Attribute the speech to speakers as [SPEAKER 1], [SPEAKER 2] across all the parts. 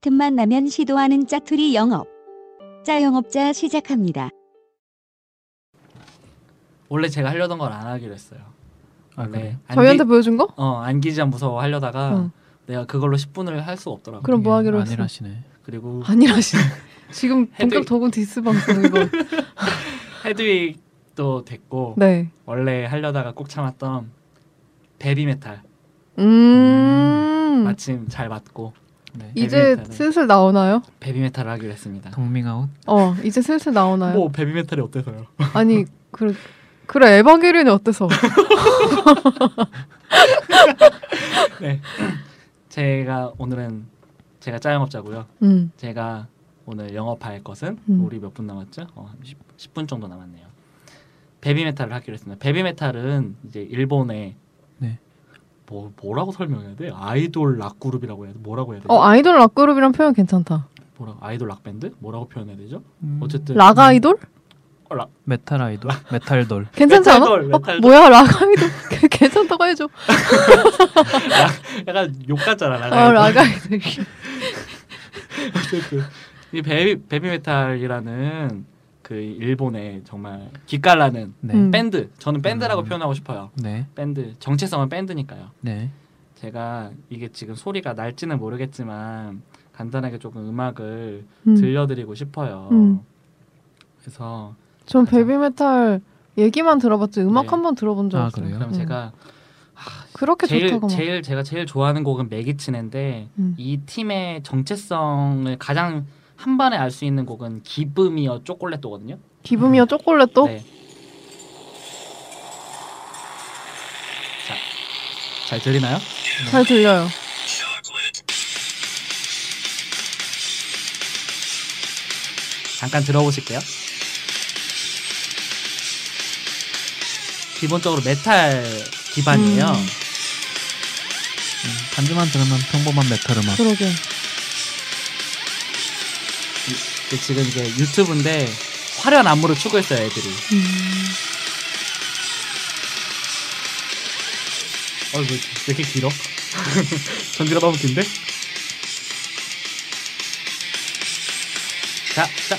[SPEAKER 1] 틈만 나면 시도하는 짜투리 영업. 짜영업자 시작합니다.
[SPEAKER 2] 원래 제가 하려던 걸 안 하기로 했어요.
[SPEAKER 3] 아, 그래요?
[SPEAKER 2] 안
[SPEAKER 4] 저희한테
[SPEAKER 2] 기-
[SPEAKER 4] 보여준 거?
[SPEAKER 2] 어, 안기자 무서워 하려다가
[SPEAKER 4] 어.
[SPEAKER 2] 내가 그걸로 10분을 할 수 없더라고.
[SPEAKER 4] 그럼 뭐
[SPEAKER 3] 아,
[SPEAKER 4] 하기로 했어?
[SPEAKER 3] 안일하시네.
[SPEAKER 2] 그리고
[SPEAKER 4] 아니라시. 지금
[SPEAKER 2] 해도-
[SPEAKER 4] 본격 도금 디스 방송 이거.
[SPEAKER 2] 헤드윅도 됐고
[SPEAKER 4] 네.
[SPEAKER 2] 원래 하려다가 꼭 참았던 베비메탈
[SPEAKER 4] 음.
[SPEAKER 2] 마침 잘 맞고
[SPEAKER 3] 네.
[SPEAKER 4] 이제
[SPEAKER 2] 데뷔
[SPEAKER 4] 슬슬 나오나요?
[SPEAKER 2] 베비메탈을 하기로 했습니다.
[SPEAKER 3] 동밍 아웃.
[SPEAKER 4] 어, 이제 슬슬 나오나요?
[SPEAKER 2] 뭐 베비메탈이 어때서요?
[SPEAKER 4] 아니, 그 그래 에반게리온이 어때서?
[SPEAKER 2] 네. 제가 오늘은 제가 짜영업자고요.
[SPEAKER 4] 음.
[SPEAKER 2] 제가 오늘 영업할 것은
[SPEAKER 4] 음.
[SPEAKER 2] 우리 몇 분 남았죠? 어, 10, 분 정도 남았네요. 베비메탈을 하기로 했습니다. 베비메탈은 이제 일본의
[SPEAKER 3] 네.
[SPEAKER 2] 뭐 뭐라고 설명해야 돼? 아이돌 락 그룹이라고 해야 돼? 뭐라고 해야 돼?
[SPEAKER 4] 어, 아이돌 락그룹이란 표현 괜찮다.
[SPEAKER 2] 뭐라고 아이돌 락 밴드? 뭐라고 표현해야 되죠?
[SPEAKER 3] 음,
[SPEAKER 2] 어쨌든
[SPEAKER 4] 락 아이돌?
[SPEAKER 2] 어, 락
[SPEAKER 3] 메탈 아이돌, 메탈 돌.
[SPEAKER 4] 괜찮지 않아?
[SPEAKER 2] 메탈돌,
[SPEAKER 4] 어,
[SPEAKER 2] 메탈돌.
[SPEAKER 4] 뭐야, 락 아이돌? 괜찮다고 해줘.
[SPEAKER 2] 약간 욕 같잖아. 락
[SPEAKER 4] 어,
[SPEAKER 2] 아이돌.
[SPEAKER 4] 락 아이돌.
[SPEAKER 2] 어쨌든 이 베비 베비메탈이라는 그 일본의 정말 기깔나는
[SPEAKER 3] 네.
[SPEAKER 4] 음.
[SPEAKER 2] 밴드. 저는 밴드라고
[SPEAKER 3] 음.
[SPEAKER 2] 표현하고 싶어요.
[SPEAKER 3] 네.
[SPEAKER 2] 밴드 정체성은 밴드니까요.
[SPEAKER 3] 네.
[SPEAKER 2] 제가 이게 지금 소리가 날지는 모르겠지만 간단하게 조금 음악을
[SPEAKER 4] 음.
[SPEAKER 2] 들려드리고 싶어요.
[SPEAKER 4] 음.
[SPEAKER 2] 그래서
[SPEAKER 4] 전 베비메탈 얘기만 들어봤지 음악
[SPEAKER 2] 네.
[SPEAKER 4] 한번 들어본 적
[SPEAKER 3] 아,
[SPEAKER 4] 없어요.
[SPEAKER 3] 그래요?
[SPEAKER 2] 그럼
[SPEAKER 4] 음.
[SPEAKER 2] 제가
[SPEAKER 4] 그렇게
[SPEAKER 2] 제일
[SPEAKER 4] 좋다고 막.
[SPEAKER 2] 제일 제가 제일 좋아하는 곡은 매기치네인데
[SPEAKER 4] 음.
[SPEAKER 2] 이 팀의 정체성을 가장 한 번에 알 수 있는 곡은 기쁨이여 초콜릿도거든요.
[SPEAKER 4] 기쁨이요 초콜릿도?
[SPEAKER 2] 네. 자, 잘 들리나요?
[SPEAKER 4] 잘 들려요.
[SPEAKER 2] 네. 잠깐 들어보실게요. 기본적으로 메탈 기반이에요.
[SPEAKER 4] 음.
[SPEAKER 3] 음, 반주만 들으면 평범한 메탈 음악.
[SPEAKER 4] 그러게.
[SPEAKER 2] 근데 지금 이제 유튜브인데 화려한 안무를 추구했어요, 애들이.
[SPEAKER 4] 음.
[SPEAKER 2] 어, 왜, 왜 이렇게 길어? 전기가 너무 긴데? 자, 자.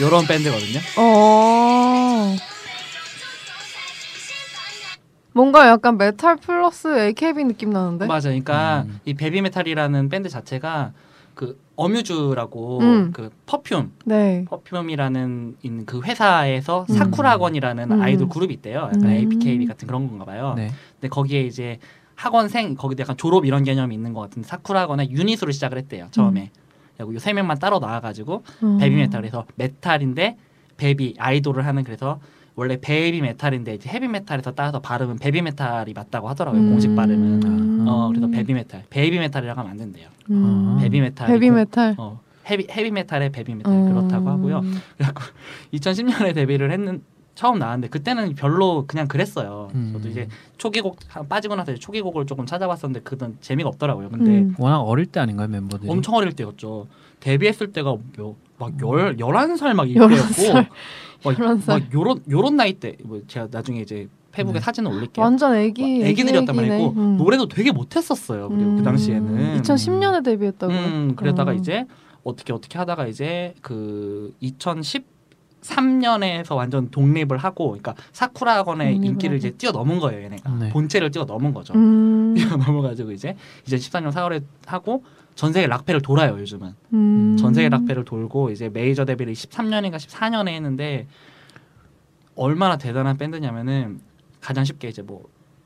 [SPEAKER 2] 요런 밴드거든요.
[SPEAKER 4] 어. 뭔가 약간 메탈 플러스 AKB 느낌 나는데?
[SPEAKER 2] 맞아. 그러니까
[SPEAKER 3] 음.
[SPEAKER 2] 이 베비메탈이라는 밴드 자체가 그 어뮤즈라고
[SPEAKER 4] 음.
[SPEAKER 2] 그 퍼퓸
[SPEAKER 4] 네.
[SPEAKER 2] 퍼퓸이라는 인- 그 회사에서
[SPEAKER 4] 음.
[SPEAKER 2] 사쿠라건이라는
[SPEAKER 4] 음.
[SPEAKER 2] 아이돌 그룹이 있대요. 약간
[SPEAKER 4] 음.
[SPEAKER 2] APKB 같은 그런 건가 봐요.
[SPEAKER 3] 네.
[SPEAKER 2] 근데 거기에 이제 학원생 거기도 약간 졸업 이런 개념이 있는 것 같은데 사쿠라건의 유닛으로 시작을 했대요. 처음에. 그리고 요세 명만 따로 나와가지고
[SPEAKER 4] 어.
[SPEAKER 2] 베비메탈 그래서 메탈인데 베비 아이돌을 하는 그래서 원래 베이비 메탈인데 이제 헤비 메탈에서 따라서 발음은 베비 메탈이 맞다고 하더라고요
[SPEAKER 4] 음.
[SPEAKER 2] 공식 발음은
[SPEAKER 3] 음.
[SPEAKER 2] 어 그래서 베비 메탈 베이비 메탈이라고 하면 안 된대요
[SPEAKER 4] 음.
[SPEAKER 3] 아.
[SPEAKER 2] 베비 메탈
[SPEAKER 4] 베비 메탈.
[SPEAKER 2] 어 헤비 헤비 메탈의 베비 메탈
[SPEAKER 4] 어.
[SPEAKER 2] 네, 그렇다고 하고요 2010년에 데뷔를 했는 처음 나왔는데 그때는 별로 그냥 그랬어요.
[SPEAKER 3] 음.
[SPEAKER 2] 저도 이제 초기곡 한- 빠지고 나서 이제 초기곡을 조금 찾아봤었는데 그건 재미가 없더라고요. 근데
[SPEAKER 4] 음.
[SPEAKER 3] 워낙 어릴 때 아닌가요, 멤버들이?
[SPEAKER 2] 엄청 어릴 때였죠. 데뷔했을 때가 막열 열한 살막
[SPEAKER 4] 음. 열한 살.
[SPEAKER 2] 이때였고 막,
[SPEAKER 4] 11 살. 네.
[SPEAKER 2] 막 요런 요런 나이 때뭐 제가 나중에 이제 페북에 사진을 올릴게요.
[SPEAKER 4] 완전 애기.
[SPEAKER 2] 애기들이었단
[SPEAKER 4] 애기네.
[SPEAKER 2] 말이고
[SPEAKER 4] 음.
[SPEAKER 2] 노래도 되게 못했었어요. 그리고 그
[SPEAKER 4] 음.
[SPEAKER 2] 당시에는
[SPEAKER 4] 2010년에 데뷔했다고.
[SPEAKER 2] 음,
[SPEAKER 4] 어.
[SPEAKER 2] 그러다가 이제 어떻게 어떻게 하다가 이제 그 2013년에서 완전 독립을 하고, 그러니까 사쿠라 학원의
[SPEAKER 4] 독립을
[SPEAKER 2] 인기를
[SPEAKER 4] 하고.
[SPEAKER 2] 이제 뛰어넘은 거예요, 얘네가
[SPEAKER 3] 네.
[SPEAKER 2] 본체를 뛰어넘은 거죠.
[SPEAKER 4] 음.
[SPEAKER 2] 뛰어넘어가지고 이제 2014년 4월에 하고 전 세계 락패를 돌아요 요즘은.
[SPEAKER 4] 음.
[SPEAKER 2] 전 세계 락패를 돌고 이제 메이저 데뷔를 13년인가 14년에 했는데 얼마나 대단한 밴드냐면은 가장 쉽게 이제 뭐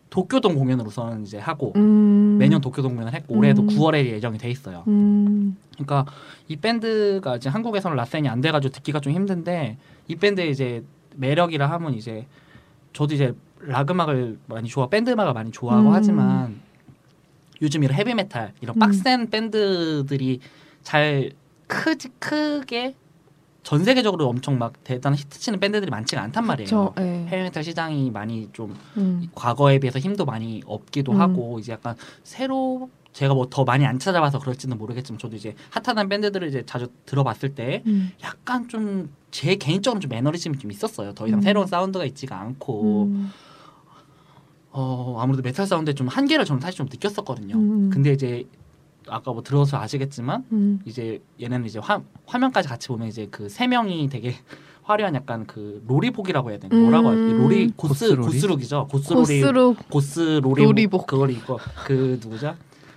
[SPEAKER 2] 도쿄동 공연을 우선 이제 하고
[SPEAKER 4] 음.
[SPEAKER 2] 매년 도쿄동 공연을 했고 올해도
[SPEAKER 4] 음.
[SPEAKER 2] 9월에 예정이 돼 있어요.
[SPEAKER 4] 음.
[SPEAKER 2] 그러니까 이 밴드가 이제 한국에서는 라센이 안 돼가지고 듣기가 좀 힘든데 이 밴드의 이제 매력이라 하면 이제 저도 이제 락 음악을 많이 좋아 밴드 음악을 많이 좋아하고
[SPEAKER 4] 음.
[SPEAKER 2] 하지만 요즘 이런 헤비 메탈 이런
[SPEAKER 4] 음.
[SPEAKER 2] 빡센 밴드들이 잘 크지 크게 전 세계적으로 엄청 막 대단한 히트치는 밴드들이 많지가 않단 말이에요.
[SPEAKER 4] 그쵸, 예.
[SPEAKER 2] 헤비 메탈 시장이 많이 좀
[SPEAKER 4] 음.
[SPEAKER 2] 과거에 비해서 힘도 많이 없기도
[SPEAKER 4] 음.
[SPEAKER 2] 하고 이제 약간 새로 제가 뭐 더 많이 안 찾아봐서 그럴지는 모르겠지만 저도 이제 핫한 밴드들을 이제 자주 들어봤을 때
[SPEAKER 4] 음.
[SPEAKER 2] 약간 좀 제 개인적으로 좀 매너리즘이 좀 있었어요. 더 이상
[SPEAKER 4] 음.
[SPEAKER 2] 새로운 사운드가 있지가 않고
[SPEAKER 4] 음.
[SPEAKER 2] 어, 아무래도 메탈 사운드에 좀 한계를 저는 사실 좀 느꼈었거든요.
[SPEAKER 4] 음.
[SPEAKER 2] 근데 이제 아까 뭐 들어서 아시겠지만
[SPEAKER 4] 음.
[SPEAKER 2] 이제 얘네는 이제 화, 화면까지 같이 보면 이제 그 세 명이 되게 화려한 약간 그 로리복이라고 해야 되나
[SPEAKER 4] 음.
[SPEAKER 2] 뭐라고 하지 로리 고스
[SPEAKER 3] 고스로리?
[SPEAKER 2] 고스룩이죠 고스로리
[SPEAKER 4] 고스로
[SPEAKER 2] 고스 로리
[SPEAKER 4] 로리복.
[SPEAKER 2] 그걸 입고 그 누구죠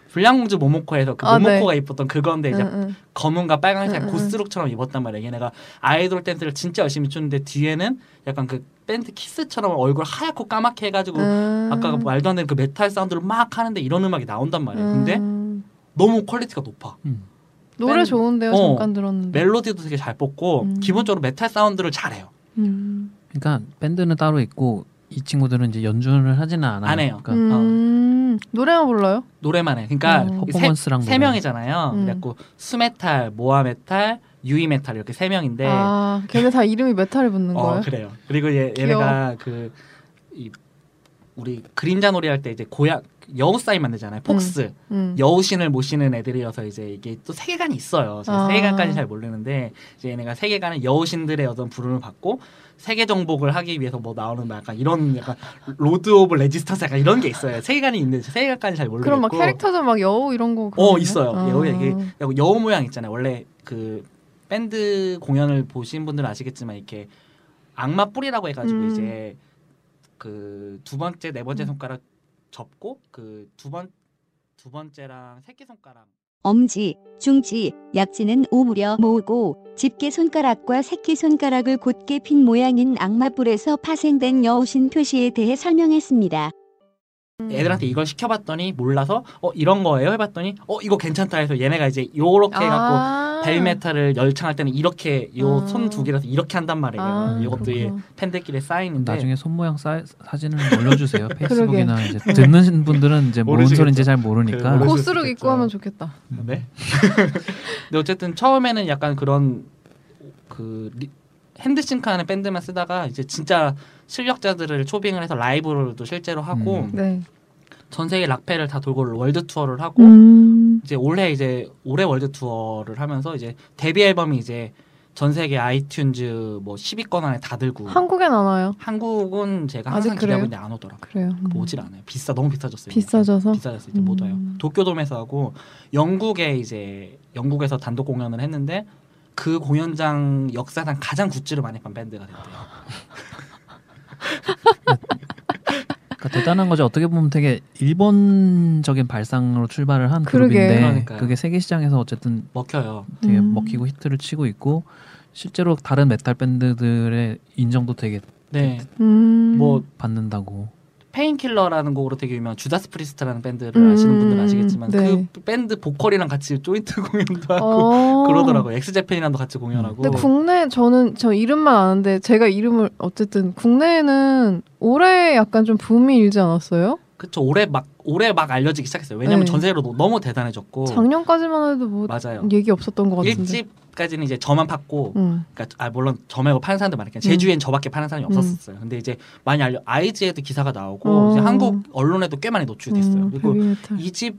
[SPEAKER 2] 불량공주 모모코에서 그
[SPEAKER 4] 아, 네.
[SPEAKER 2] 모모코가 입었던 그건데 이제
[SPEAKER 4] 응, 응.
[SPEAKER 2] 검은과 빨간색
[SPEAKER 4] 응, 응.
[SPEAKER 2] 고스룩처럼 입었단 말이야 얘네가 아이돌 댄스를 진짜 열심히 추는데 뒤에는 약간 그 밴드 키스처럼 얼굴 하얗고 까맣게 해가지고
[SPEAKER 4] 음.
[SPEAKER 2] 아까 말도 안 되는 그 메탈 사운드를 막 하는데 이런 음악이 나온단 말이야 근데
[SPEAKER 4] 음.
[SPEAKER 2] 너무 퀄리티가 높아
[SPEAKER 3] 음.
[SPEAKER 4] 노래
[SPEAKER 2] 밴-
[SPEAKER 4] 좋은데요.
[SPEAKER 2] 어.
[SPEAKER 4] 잠깐 들었는데.
[SPEAKER 2] 멜로디도 되게 잘 뽑고
[SPEAKER 4] 음.
[SPEAKER 2] 기본적으로 메탈 사운드를 잘해요.
[SPEAKER 4] 음.
[SPEAKER 3] 그러니까 밴드는 따로 있고 이 친구들은 이제 연주를 하지는 않아요.
[SPEAKER 2] 안 해요.
[SPEAKER 3] 그러니까
[SPEAKER 4] 음.
[SPEAKER 2] 아.
[SPEAKER 4] 노래만 불러요?
[SPEAKER 2] 노래만 해. 그러니까
[SPEAKER 4] 음.
[SPEAKER 2] 세,
[SPEAKER 3] 퍼포먼스랑
[SPEAKER 2] 세 명이잖아요.
[SPEAKER 4] 음.
[SPEAKER 2] 그래갖고 수메탈, 모아메탈, 유이메탈 이렇게 세 명인데
[SPEAKER 4] 아, 걔네 다 이름이 메탈에 붙는
[SPEAKER 2] 어
[SPEAKER 4] 거예요?
[SPEAKER 2] 그래요. 그리고 얘,
[SPEAKER 4] 귀여워.
[SPEAKER 2] 얘네가 그 이, 우리 그림자 놀이 할 때 이제 고양 여우 사인 만들잖아요. 폭스
[SPEAKER 4] 음.
[SPEAKER 2] 여우신을 모시는 애들이어서 이제 이게 또 세계관이 있어요. 제가
[SPEAKER 4] 아.
[SPEAKER 2] 세계관까지 잘 모르는데 이제 얘네가 세계관은 여우신들의 어떤 부름을 받고 세계 정복을 하기 위해서 뭐 나오는 막 약간 이런 약간 로드 오브 레지스턴스 약간 이런 게 있어요. 세계관이 있는데 세계관을 잘 모르겠고
[SPEAKER 4] 그럼 막 캐릭터도 막 여우 이런 거.
[SPEAKER 2] 어
[SPEAKER 4] 그러나요?
[SPEAKER 2] 있어요.
[SPEAKER 4] 아.
[SPEAKER 2] 여우 이게 여우 모양 있잖아요. 원래 그 밴드 공연을 보신 분들은 아시겠지만 이렇게 악마 뿔이라고 해가지고
[SPEAKER 4] 음.
[SPEAKER 2] 이제 그 두 번째 네 번째 손가락 접고 그 두 번 두 번째랑 새끼 손가락
[SPEAKER 1] 엄지, 중지, 약지는 오므려 모으고 집게 손가락과 새끼 손가락을 곧게 핀 모양인 악마뿔에서 파생된 여우신 표시에 대해 설명했습니다.
[SPEAKER 4] 음.
[SPEAKER 2] 애들한테 이걸 시켜봤더니 몰라서 어 이런 거예요 해봤더니 어 이거 괜찮다 해서 얘네가 이제 요렇게 해갖고
[SPEAKER 4] 아.
[SPEAKER 2] 벨메타를 열창할 때는 이렇게 요 손
[SPEAKER 4] 아.
[SPEAKER 2] 두 개라서 이렇게 한단 말이에요.
[SPEAKER 4] 아,
[SPEAKER 2] 이것도 예. 이
[SPEAKER 4] 그렇구나.
[SPEAKER 2] 팬들끼리 쌓이는데
[SPEAKER 3] 나중에 손 모양 사, 사진을 올려주세요. 페이스북이나 이제 듣는 분들은 이제 뭔
[SPEAKER 2] 모르시겠죠.
[SPEAKER 3] 소리인지 잘 모르니까.
[SPEAKER 2] 그 모르-
[SPEAKER 4] 고스룩
[SPEAKER 2] 그러셨겠죠.
[SPEAKER 4] 입고 하면 좋겠다.
[SPEAKER 2] 네. 근데 어쨌든 처음에는 약간 그런 그 리- 핸드싱크하는 밴드만 쓰다가 이제 진짜 실력자들을 초빙을 해서 라이브로도 실제로 하고
[SPEAKER 3] 음.
[SPEAKER 4] 네.
[SPEAKER 2] 전 세계 락페를 다 돌고 월드 투어를 하고
[SPEAKER 4] 음.
[SPEAKER 2] 이제 올해 이제 올해 월드 투어를 하면서 이제 데뷔 앨범이 이제 전 세계 아이튠즈 뭐 10위권 안에 다 들고
[SPEAKER 4] 한국엔 안 와요.
[SPEAKER 2] 한국은 제가 항상
[SPEAKER 4] 아직 그래요?
[SPEAKER 2] 기대하고 있는데 안 오더라고. 요
[SPEAKER 4] 그래요. 음.
[SPEAKER 2] 오질 않아요. 비싸 너무 비싸졌어요.
[SPEAKER 4] 비싸져서?
[SPEAKER 2] 비싸졌어요. 이제 못
[SPEAKER 4] 음.
[SPEAKER 2] 와요. 도쿄돔에서 하고 영국에 이제 영국에서 단독 공연을 했는데 그 공연장 역사상 가장 굿즈를 많이 판 밴드가 됐대요.
[SPEAKER 3] 그러니까 대단한 거죠. 어떻게 보면 되게 일본적인 발상으로 출발을 한
[SPEAKER 4] 그러게.
[SPEAKER 3] 그룹인데
[SPEAKER 2] 그러니까요.
[SPEAKER 3] 그게 세계 시장에서 어쨌든
[SPEAKER 2] 먹혀요.
[SPEAKER 3] 되게
[SPEAKER 4] 음.
[SPEAKER 3] 먹히고 히트를 치고 있고 실제로 다른 메탈 밴드들의 인정도 되게
[SPEAKER 2] 네.
[SPEAKER 4] 음.
[SPEAKER 2] 뭐
[SPEAKER 3] 받는다고.
[SPEAKER 2] 페인킬러라는 곡으로 되게 유명한 주다스 프리스트라는 밴드를
[SPEAKER 4] 음,
[SPEAKER 2] 아시는 분들은 아시겠지만
[SPEAKER 4] 네.
[SPEAKER 2] 그 밴드 보컬이랑 같이 조인트 공연도 하고
[SPEAKER 4] 어.
[SPEAKER 2] 그러더라고요. 엑스제팬이랑도 같이 공연하고.
[SPEAKER 4] 근데 국내 저는 저 이름만 아는데 제가 이름을 어쨌든 국내에는 올해 약간 좀 붐이 일지 않았어요?
[SPEAKER 2] 그쵸 올해 막 올해 막 알려지기 시작했어요. 왜냐면
[SPEAKER 4] 네.
[SPEAKER 2] 전 세계로 너- 너무 대단해졌고
[SPEAKER 4] 작년까지만 해도 뭐
[SPEAKER 2] 어. 맞아요.
[SPEAKER 4] 얘기 없었던 것 같은데.
[SPEAKER 2] 일집까지는 이제 저만 팠고
[SPEAKER 4] 음.
[SPEAKER 2] 그러니까 아 물론 저 말고 파는 사람도 많았겠 제주엔 저밖에 파는 사람이 없었어요. 근데 이제 많이 알려 아이즈에도 기사가 나오고
[SPEAKER 4] 음. 어.
[SPEAKER 2] 이제 한국 언론에도 꽤 많이 노출됐어요.
[SPEAKER 4] 음,
[SPEAKER 2] 그리고
[SPEAKER 4] 헤비메탈.
[SPEAKER 2] 이 집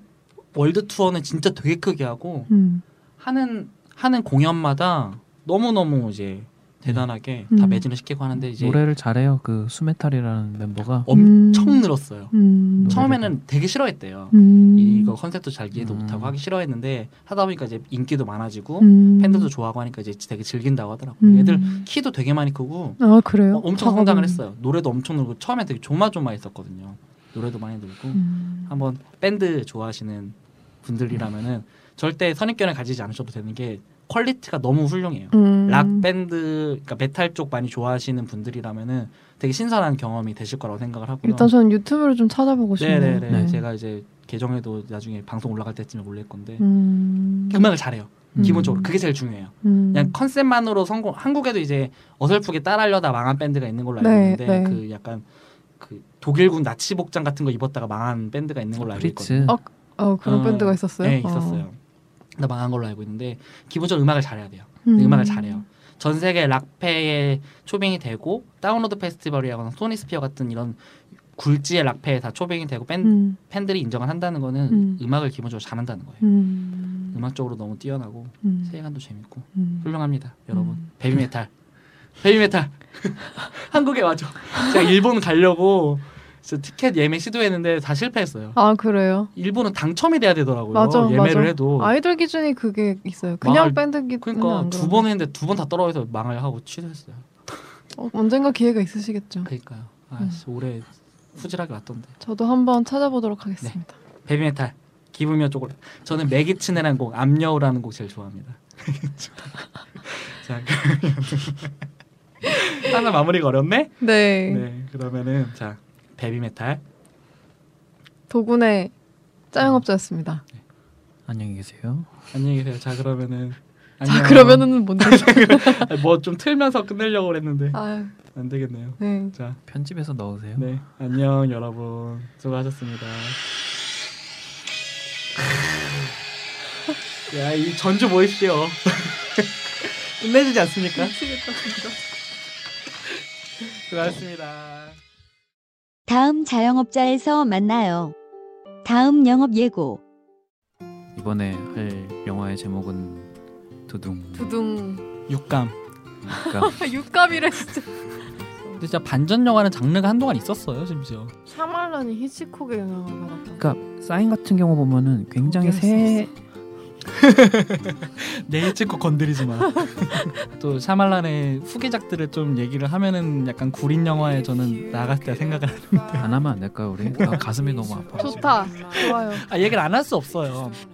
[SPEAKER 2] 월드 투어는 진짜 되게 크게 하고
[SPEAKER 4] 음.
[SPEAKER 2] 하는 하는 공연마다 너무 너무 이제 대단하게
[SPEAKER 4] 음.
[SPEAKER 2] 다 매진을 시키고 하는데 이제 어,
[SPEAKER 3] 노래를 잘해요. 그 수메탈이라는 멤버가
[SPEAKER 2] 엄청
[SPEAKER 4] 음.
[SPEAKER 2] 늘었어요.
[SPEAKER 4] 음.
[SPEAKER 2] 처음에는 되게 싫어했대요.
[SPEAKER 4] 음.
[SPEAKER 2] 이거 컨셉도 잘 이해도
[SPEAKER 3] 음.
[SPEAKER 2] 못하고 하기 싫어했는데 하다 보니까 이제 인기도 많아지고
[SPEAKER 4] 음.
[SPEAKER 2] 어? 팬들도 좋아하고 하니까 이제 되게 즐긴다고 하더라고요.
[SPEAKER 4] 음.
[SPEAKER 2] 얘들 키도 되게 많이 크고
[SPEAKER 4] 아 그래요?
[SPEAKER 2] 어, 엄청
[SPEAKER 4] 작업은-
[SPEAKER 2] 성장을 했어요. 노래도 엄청 늘고 처음에 되게 조마조마했었거든요. 노래도 많이 늘고
[SPEAKER 4] 음.
[SPEAKER 2] 한번 밴드 좋아하시는 분들이라면은 절대 선입견을 가지지 않으셔도 되는 게 퀄리티가 너무 훌륭해요.
[SPEAKER 4] 음.
[SPEAKER 2] 락 밴드, 그러니까 메탈 쪽 많이 좋아하시는 분들이라면은 되게 신선한 경험이 되실 거라고 생각을 하고요.
[SPEAKER 4] 일단 저는 유튜브를 좀 찾아보고 싶네요.
[SPEAKER 2] 네네네
[SPEAKER 3] 네.
[SPEAKER 2] 제가 이제 계정에도 나중에 방송 올라갈 때쯤에 올릴 건데
[SPEAKER 4] 음.
[SPEAKER 2] 음악을 잘해요.
[SPEAKER 3] 음.
[SPEAKER 2] 기본적으로 그게 제일 중요해요.
[SPEAKER 4] 음.
[SPEAKER 2] 그냥 컨셉만으로 성공. 한국에도 이제 어설프게 따라하려다 망한 밴드가 있는 걸로 알고
[SPEAKER 4] 네,
[SPEAKER 2] 있는데
[SPEAKER 4] 네.
[SPEAKER 2] 그 약간 그 독일군 나치 복장 같은 거 입었다가 망한 밴드가 있는 걸로 알고 있거든요.
[SPEAKER 3] 프리츠.
[SPEAKER 4] 어, 어 그런
[SPEAKER 2] 어,
[SPEAKER 4] 밴드가 있었어요?
[SPEAKER 2] 네,
[SPEAKER 4] 어.
[SPEAKER 2] 있었어요. 나 망한 걸로 알고 있는데 기본적으로 음악을 잘해야 돼요.
[SPEAKER 4] 음.
[SPEAKER 2] 음악을 잘해요. 전 세계 락페에 초빙이 되고 다운로드 페스티벌이라거나 소니 스피어 같은 이런 굴지의 락패에 다 초빙이 되고 밴,
[SPEAKER 4] 음.
[SPEAKER 2] 팬들이 인정을 한다는 거는
[SPEAKER 4] 음.
[SPEAKER 2] 음. 악을 기본적으로 잘한다는 거예요.
[SPEAKER 4] 음.
[SPEAKER 2] 네. 음악적으로 너무 뛰어나고
[SPEAKER 4] 음.
[SPEAKER 2] 세계관도 재밌고
[SPEAKER 4] 음.
[SPEAKER 2] 훌륭합니다, 여러분.
[SPEAKER 4] 음.
[SPEAKER 2] 베비메탈, 베비메탈 한국에 와줘. 제가 일본 가려고 진짜 티켓 예매 시도했는데 다 실패했어요.
[SPEAKER 4] 아 그래요.
[SPEAKER 2] 일본은 당첨이 돼야 되더라고요.
[SPEAKER 4] 맞아,
[SPEAKER 2] 예매를
[SPEAKER 4] 맞아.
[SPEAKER 2] 해도
[SPEAKER 4] 아이돌 기준이 그게 있어요. 그냥
[SPEAKER 2] 망할-
[SPEAKER 4] 밴드 기준.
[SPEAKER 2] 어. 아, 그러니까 두 번 했는데 두 번 다 떨어져서 망을 하고 취소했어요.
[SPEAKER 4] 어, 언젠가 기회가 있으시겠죠.
[SPEAKER 2] 그러니까요.
[SPEAKER 4] 음.
[SPEAKER 2] 아, 씨, 올해 후질하게 왔던데.
[SPEAKER 4] 저도 한번 찾아보도록 하겠습니다.
[SPEAKER 2] 베비메탈 기분면 쪽으로 저는 매기츠네라는 곡 암여우라는 곡 제일 좋아합니다. 자 그러면 하나 마무리가 어렵네.
[SPEAKER 4] 네.
[SPEAKER 2] 네 그러면은 자 베비메탈
[SPEAKER 4] 도군의 짜영업자였습니다.
[SPEAKER 3] 안녕히 계세요.
[SPEAKER 2] 안녕히 계세요. 자 그러면은
[SPEAKER 4] 자
[SPEAKER 2] 안녕.
[SPEAKER 4] 그러면은 뭔데?
[SPEAKER 2] 뭐 좀 틀면서 끝내려고 그랬는데
[SPEAKER 4] 아
[SPEAKER 2] 안 되겠네요.
[SPEAKER 4] 네.
[SPEAKER 2] 자
[SPEAKER 3] 편집해서 넣으세요.
[SPEAKER 2] 네 안녕 여러분 수고하셨습니다. 야 이 전주 모이시오. 끝내주지 않습니까?
[SPEAKER 4] 미치겠다 진짜.
[SPEAKER 2] 수고하셨습니다.
[SPEAKER 1] 다음 자영업자에서 만나요. 다음 영업 예고.
[SPEAKER 3] 이번에 할 영화의 제목은 두둥.
[SPEAKER 4] 두둥. 아,
[SPEAKER 2] 육감.
[SPEAKER 3] 그러니까
[SPEAKER 4] 육갑이래 진짜.
[SPEAKER 2] 근데 진짜 반전 영화는 장르가 한동안 있었어요, 심지어.
[SPEAKER 4] 샤말란이 히치콕의 영향을 받았다.
[SPEAKER 3] 그러니까 사인 같은 경우 보면은 굉장히
[SPEAKER 4] 어디였어?
[SPEAKER 3] 새
[SPEAKER 2] 내일 찍고 건드리지 마. 또 샤말란의 후계작들을 좀 얘기를 하면은 약간 구린 영화에 저는 나갔을 때 생각을 아, 하는. 어,
[SPEAKER 3] 안 하면 안 될까요 우리? 아, 가슴이 너무 아파.
[SPEAKER 4] 좋다. 좋아요.
[SPEAKER 2] 아 얘기를 안 할 수 없어요.